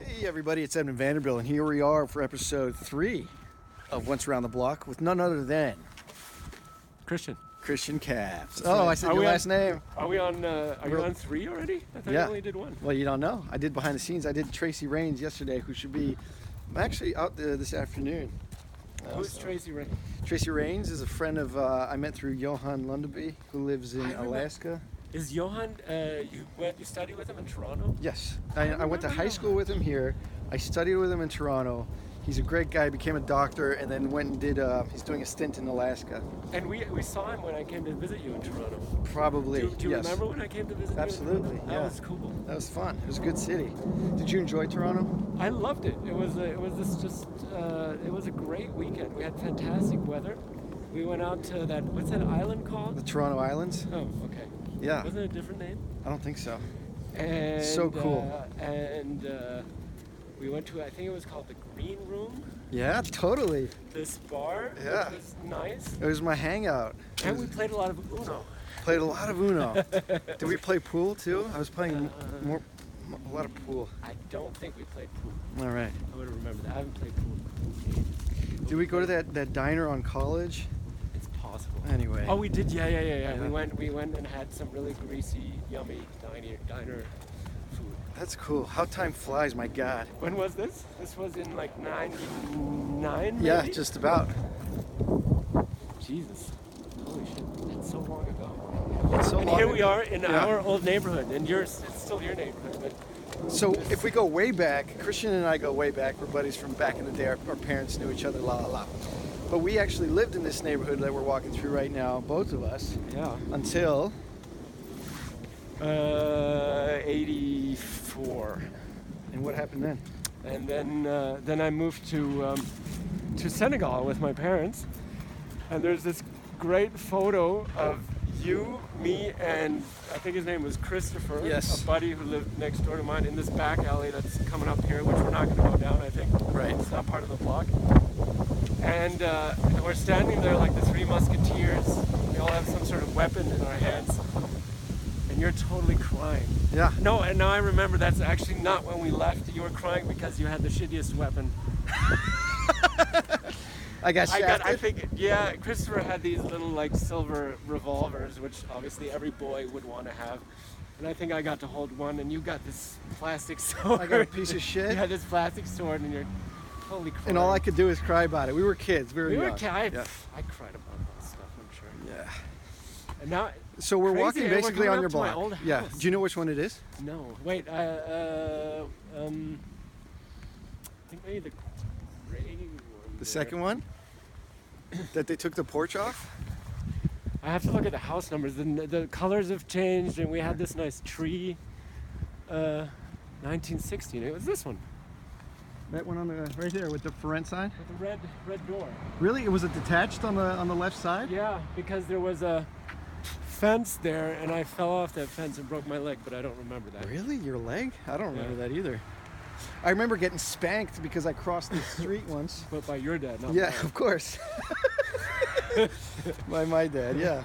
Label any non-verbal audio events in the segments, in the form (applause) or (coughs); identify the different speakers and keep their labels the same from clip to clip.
Speaker 1: Hey everybody, it's Edmund Vanderbilt, and here we are for episode three of Once Around the Block with none other than
Speaker 2: Christian.
Speaker 1: Christian Caps. Oh, I said your last name.
Speaker 2: Are we on? Uh, are you
Speaker 1: We're-
Speaker 2: on three already? I thought
Speaker 1: Yeah.
Speaker 2: you only did one.
Speaker 1: Well, you don't know. I did behind the scenes. I did Tracy Rains yesterday, who should be I'm actually out there this afternoon.
Speaker 2: Who's Tracy Ray?
Speaker 1: Tracy Rains is a friend of uh, I met through Johan Lundaby, who lives in
Speaker 2: I remember-
Speaker 1: Alaska.
Speaker 2: Is Johan? Uh, you went, you studied with him in Toronto.
Speaker 1: Yes, I, I went to
Speaker 2: remember
Speaker 1: high
Speaker 2: now.
Speaker 1: school with him here. I studied with him in Toronto. He's a great guy. Became a doctor, and then went and did. Uh, he's doing a stint in Alaska.
Speaker 2: And we we saw him when I came to visit you in Toronto. Do,
Speaker 1: Probably.
Speaker 2: you- do you
Speaker 1: yes.
Speaker 2: remember when I came to visit you?
Speaker 1: Absolutely,
Speaker 2: in Toronto?
Speaker 1: yeah.
Speaker 2: That was cool.
Speaker 1: That was fun. It was a good city. Did you enjoy Toronto?
Speaker 2: I loved it. It was a, it was this just uh, it was a great weekend. We had fantastic weather. We went out to that what's that island
Speaker 1: The
Speaker 2: called?
Speaker 1: Toronto Islands?
Speaker 2: Oh, okay.
Speaker 1: Yeah.
Speaker 2: Wasn't it a different name?
Speaker 1: I don't think so.
Speaker 2: And,
Speaker 1: So cool.
Speaker 2: uh, and uh, we went to I think it was called the Green Room.
Speaker 1: Yeah, totally.
Speaker 2: this bar.
Speaker 1: Yeah.
Speaker 2: Which was nice.
Speaker 1: It was my hangout. It
Speaker 2: And we
Speaker 1: was-
Speaker 2: played a lot of Uno.
Speaker 1: played a lot of
Speaker 2: (laughs)
Speaker 1: Uno. (laughs) Did Oh. we play pool too? I was playing m- more, m- a lot of pool.
Speaker 2: I don't think we played pool.
Speaker 1: All right.
Speaker 2: I would have remembered that. I haven't played pool. in ages. But
Speaker 1: Did we go to that, that diner on college?
Speaker 2: played- It's possible.
Speaker 1: Anyway. Uh-huh.
Speaker 2: Oh, we did. Yeah, yeah, yeah, yeah.
Speaker 1: Yeah.
Speaker 2: We went. We went and had some really greasy, yummy diner diner food.
Speaker 1: That's cool. How time flies, my God.
Speaker 2: When was this? This was in like '99.
Speaker 1: Yeah,
Speaker 2: maybe?
Speaker 1: just about.
Speaker 2: Jesus. Holy shit. That's so long ago.
Speaker 1: It's so
Speaker 2: and
Speaker 1: long
Speaker 2: here we
Speaker 1: ago.
Speaker 2: are in
Speaker 1: Yeah.
Speaker 2: our old neighborhood, and yours. It's still your neighborhood, but
Speaker 1: So if we go way back, Christian and I go way back. We're buddies from back in the day. Our, our parents knew each other, la la la. But we actually lived in this neighborhood that we're walking through right now, both of us,
Speaker 2: yeah.
Speaker 1: until
Speaker 2: Uh, 84.
Speaker 1: and what happened then?
Speaker 2: And then, uh, then I moved to, um, to Senegal with my parents. And there's this great photo of you, me, and I think his name was Christopher,
Speaker 1: Yes.
Speaker 2: a buddy who lived next door to mine in this back alley that's coming up here, which we're not going to go down, I think.
Speaker 1: Right.
Speaker 2: It's not part of the block. And uh, and we're standing there like the three musketeers. We all have some sort of weapon in our hands. And you're totally crying.
Speaker 1: Yeah.
Speaker 2: No, and now I remember that's actually not when we left. You were crying because you had the shittiest weapon.
Speaker 1: I got
Speaker 2: I
Speaker 1: shafted.
Speaker 2: got, I think, yeah, Christopher had these little like silver revolvers, which obviously every boy would want to have. And I think I got to hold one, and you got this plastic (laughs) sword.
Speaker 1: I got a piece of shit.
Speaker 2: you had this plastic sword, and you're totally crying.
Speaker 1: and all I could do is cry about it. We were kids. We were
Speaker 2: We were
Speaker 1: young.
Speaker 2: ki- I,
Speaker 1: Yeah.
Speaker 2: I cried about that stuff, I'm sure.
Speaker 1: Yeah.
Speaker 2: And now,
Speaker 1: So we're
Speaker 2: Crazy,
Speaker 1: walking
Speaker 2: and we're
Speaker 1: basically
Speaker 2: coming
Speaker 1: on
Speaker 2: up
Speaker 1: your
Speaker 2: to my
Speaker 1: block.
Speaker 2: old
Speaker 1: Yeah.
Speaker 2: house.
Speaker 1: Do you know which one it is?
Speaker 2: no, wait, uh, uh, um, I think maybe the gray one.
Speaker 1: The second one? that they took the porch off?
Speaker 2: I have to look at the house numbers. The, the colors have changed, and we had this nice tree. Uh, 1916. It was this one
Speaker 1: That one on the right there with the front sign.
Speaker 2: with the red red door.
Speaker 1: Really? It was it detached on the on the left side?
Speaker 2: Yeah, because there was a fence there, and I fell off that fence and broke my leg, but I don't remember that.
Speaker 1: Really? Your leg? I don't remember
Speaker 2: Yeah.
Speaker 1: that either. I remember getting spanked because I crossed the
Speaker 2: (laughs)
Speaker 1: street once.
Speaker 2: But by your dad, not
Speaker 1: Yeah,
Speaker 2: mine.
Speaker 1: of
Speaker 2: (laughs)
Speaker 1: course. By my dad, yeah.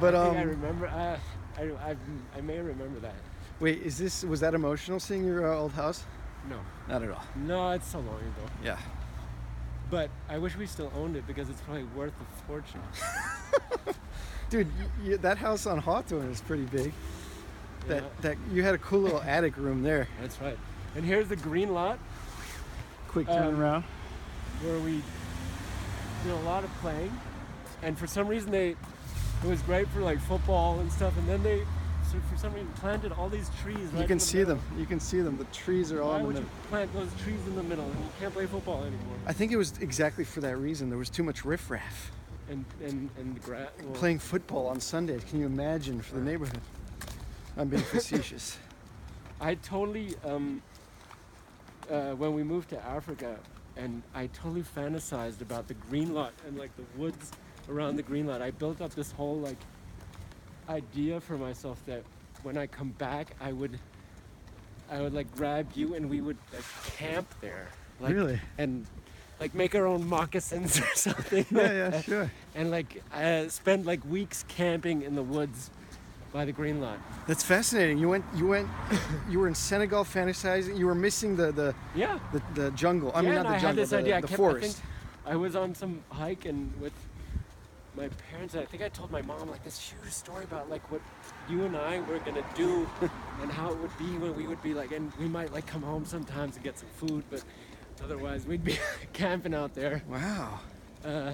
Speaker 1: But
Speaker 2: I think I
Speaker 1: um,
Speaker 2: remember. I, I, I, I may remember that.
Speaker 1: wait, is this was that emotional seeing your uh, old house?
Speaker 2: No,
Speaker 1: Not at all.
Speaker 2: no, it's so long ago.
Speaker 1: Yeah.
Speaker 2: But I wish we still owned it because it's probably worth a fortune.
Speaker 1: Dude, y y that house on Hawthorne is pretty big. That (laughs)
Speaker 2: Yeah.
Speaker 1: that you had a cool
Speaker 2: (laughs)
Speaker 1: little attic room there.
Speaker 2: That's right. And here's the green lot.
Speaker 1: Quick
Speaker 2: Um,
Speaker 1: turnaround.
Speaker 2: where we did a lot of playing. And for some reason, they it was great for like football and stuff. And then they, so for some reason, planted all these trees. Right
Speaker 1: you
Speaker 2: in
Speaker 1: can
Speaker 2: the
Speaker 1: see
Speaker 2: middle.
Speaker 1: them. You can see them. The trees are all
Speaker 2: Why
Speaker 1: in the
Speaker 2: would
Speaker 1: middle.
Speaker 2: you plant those trees in the middle? And you can't play football anymore.
Speaker 1: I think it was exactly for that reason. There was too much riffraff.
Speaker 2: And and and the grass. Well,
Speaker 1: Playing football on Sundays. Can you imagine for the neighborhood? I'm being
Speaker 2: (laughs)
Speaker 1: facetious.
Speaker 2: I totally um, uh, when we moved to Africa, and I totally fantasized about the green lot and like the woods around the green lot. I built up this whole like idea for myself that when I come back, I would I would like grab you and we would like camp there, like,
Speaker 1: Really?
Speaker 2: and like make our own moccasins (laughs) or something,
Speaker 1: Yeah, yeah, sure.
Speaker 2: and like uh, spend like weeks camping in the woods. by the green lot.
Speaker 1: That's fascinating. You went, you went, you were in Senegal fantasizing. You were missing the the,
Speaker 2: Yeah.
Speaker 1: the, the jungle. I
Speaker 2: yeah,
Speaker 1: mean,
Speaker 2: and
Speaker 1: not the
Speaker 2: I
Speaker 1: jungle.
Speaker 2: had this
Speaker 1: the,
Speaker 2: idea. I
Speaker 1: the
Speaker 2: kept, I, think
Speaker 1: forest.
Speaker 2: I was on some hike and with my parents, I think I told my mom like this huge story about like what you and I were gonna
Speaker 1: (laughs)
Speaker 2: do and how it would be when we would be like, and we might like come home sometimes and get some food, but otherwise we'd be (laughs) camping out there.
Speaker 1: Wow.
Speaker 2: Uh,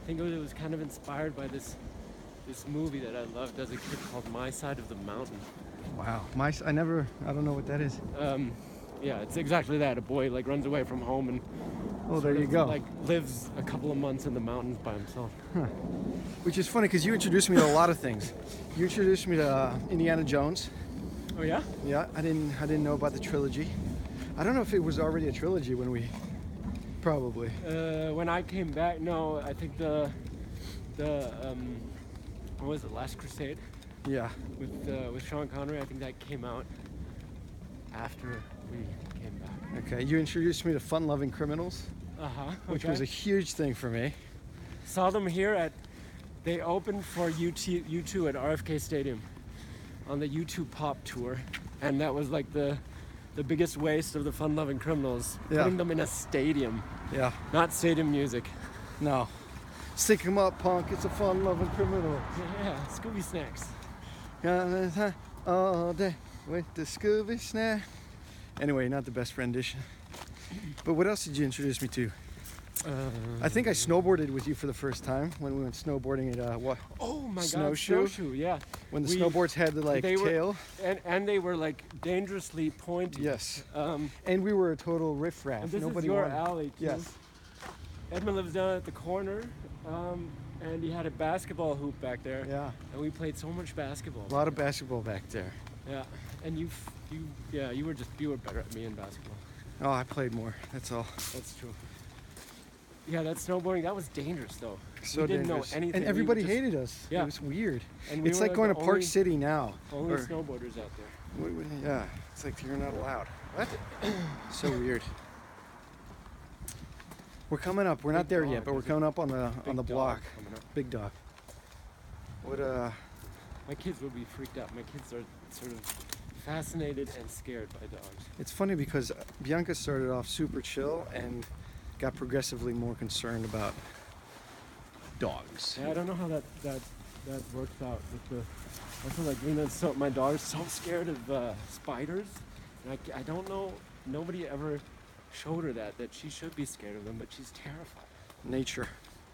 Speaker 2: I think it was, it was kind of inspired by this this movie that I loved as a kid called My Side of the Mountain.
Speaker 1: Wow. My, I never. I don't know what that is.
Speaker 2: Um, yeah, it's exactly that. A boy like runs away from home and
Speaker 1: Oh, there
Speaker 2: sort
Speaker 1: you
Speaker 2: of,
Speaker 1: go.
Speaker 2: Like lives a couple of months in the mountains by himself.
Speaker 1: Which is funny because you introduced me to a lot of things. You introduced me to uh, Indiana Jones.
Speaker 2: Oh yeah?
Speaker 1: Yeah, I didn't. I didn't know about the trilogy. I don't know if it was already a trilogy when we. Probably.
Speaker 2: Uh, when I came back, no, I think the the um, what was it? Last Crusade
Speaker 1: Yeah.
Speaker 2: with uh, with Sean Connery. I think that came out after we came back.
Speaker 1: Okay. You introduced me to fun-loving criminals,
Speaker 2: Uh huh.
Speaker 1: which was a huge thing for me.
Speaker 2: saw them here at they opened for UT, U2 at RFK Stadium on the U2 pop tour and that was like the the biggest waste of the fun-loving criminals
Speaker 1: Yeah.
Speaker 2: putting them in a stadium
Speaker 1: Yeah.
Speaker 2: not stadium music (laughs)
Speaker 1: No. Stick 'em up, punk. It's a fun-loving criminal.
Speaker 2: yeah Scooby Snacks
Speaker 1: Gotta high all day with the Scooby Snack. Anyway, not the best rendition. But what else did you introduce me to?
Speaker 2: uh,
Speaker 1: I think I snowboarded with you for the first time when we went snowboarding at uh, what
Speaker 2: oh my
Speaker 1: Snowshoe?
Speaker 2: god snowshoe yeah
Speaker 1: when the
Speaker 2: We-
Speaker 1: snowboards had the like
Speaker 2: they were-
Speaker 1: tail.
Speaker 2: (laughs) and and they were like dangerously pointy
Speaker 1: Yes,
Speaker 2: um,
Speaker 1: and we were a total riffraff.
Speaker 2: and this
Speaker 1: Nobody
Speaker 2: is your
Speaker 1: wanted-
Speaker 2: alley too.
Speaker 1: Yes.
Speaker 2: Edmund lives down at the corner um, and he had a basketball hoop back there
Speaker 1: Yeah,
Speaker 2: and we played so much basketball.
Speaker 1: a lot of basketball back there.
Speaker 2: Yeah, and you, f- you, yeah, you were just you were better at me in basketball.
Speaker 1: Oh, I played more. That's all.
Speaker 2: That's true. Yeah, that snowboarding that was dangerous though.
Speaker 1: So
Speaker 2: didn't know
Speaker 1: dangerous.
Speaker 2: anything. We
Speaker 1: and
Speaker 2: were
Speaker 1: everybody
Speaker 2: just-
Speaker 1: hated us.
Speaker 2: Yeah.
Speaker 1: it was weird.
Speaker 2: And
Speaker 1: it's like going
Speaker 2: the
Speaker 1: to Park
Speaker 2: only-
Speaker 1: City now.
Speaker 2: Only
Speaker 1: or-
Speaker 2: snowboarders out there.
Speaker 1: We- we- Yeah, it's like you're not allowed. What? (coughs) so weird. (coughs) We're coming up. We're not
Speaker 2: Big
Speaker 1: there
Speaker 2: dog.
Speaker 1: yet, but we're
Speaker 2: There's a
Speaker 1: coming up on the on
Speaker 2: Big
Speaker 1: the
Speaker 2: dog
Speaker 1: block.
Speaker 2: coming up.
Speaker 1: Big dog. What uh?
Speaker 2: My kids would be freaked out. My kids are sort of fascinated and scared by dogs.
Speaker 1: It's funny because Bianca started off super chill and got progressively more concerned about dogs.
Speaker 2: Yeah, I don't know how that that that works out with the. I feel like you know, so my daughter's so scared of uh, spiders, and I, c- I don't know. Nobody ever showed her that that she should be scared of them, but she's terrified.
Speaker 1: Nature,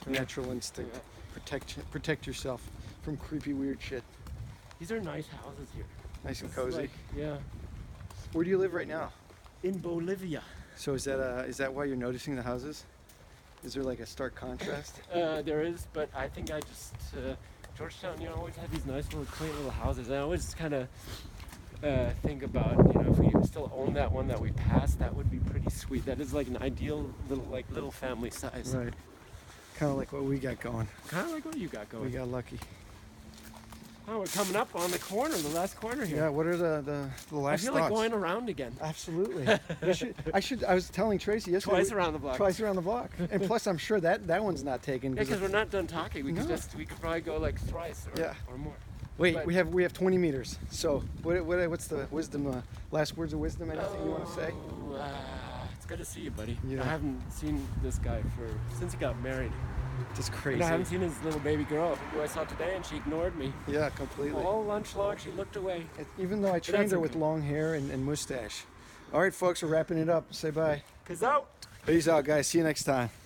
Speaker 2: Yeah.
Speaker 1: natural instinct.
Speaker 2: Yeah.
Speaker 1: Protect protect yourself from creepy weird shit.
Speaker 2: These are nice houses here.
Speaker 1: Nice and
Speaker 2: It's
Speaker 1: cozy.
Speaker 2: like- yeah.
Speaker 1: Where do you live right now?
Speaker 2: In Bolivia.
Speaker 1: So is that uh, is that why you're noticing the houses? Is there like a stark contrast?
Speaker 2: Uh, there is, but I think I just uh, Georgetown. You know, always had these nice little quaint little houses. And I always kind of uh, think about you know if we still own that one that we passed, that would be pretty sweet. That is like an ideal little like little family size.
Speaker 1: Right. Kind of like what we got going.
Speaker 2: Kind of like what you got going.
Speaker 1: We got lucky.
Speaker 2: oh, we're coming up on the corner, the last corner here.
Speaker 1: Yeah. What are the the, the
Speaker 2: I
Speaker 1: last
Speaker 2: feel like
Speaker 1: thoughts?
Speaker 2: going around again. (laughs)
Speaker 1: Absolutely. You should, I should. I was telling Tracy yesterday.
Speaker 2: Twice
Speaker 1: we-
Speaker 2: around the block.
Speaker 1: Twice around the block.
Speaker 2: (laughs)
Speaker 1: And plus, I'm sure that that one's not taken.
Speaker 2: Yeah, 'cause
Speaker 1: of-
Speaker 2: we're not done talking. We could
Speaker 1: No.
Speaker 2: just we could probably go like thrice or,
Speaker 1: Yeah.
Speaker 2: or more.
Speaker 1: wait, we have we have 20 meters. So what, what what's the wisdom? Uh, last words of wisdom? Anything you want to say?
Speaker 2: Oh, uh, it's good to see you, buddy.
Speaker 1: Yeah.
Speaker 2: I haven't seen this guy for since he got married.
Speaker 1: Just
Speaker 2: And I haven't
Speaker 1: crazy.
Speaker 2: seen his little baby girl who I saw today, and she ignored me.
Speaker 1: Yeah, completely.
Speaker 2: All lunch long, she looked away.
Speaker 1: It- even though I trained her with
Speaker 2: okay.
Speaker 1: long hair and, and mustache. All right, folks, we're wrapping it up. Say bye.
Speaker 2: Cause out.
Speaker 1: Peace out, guys. See you next time.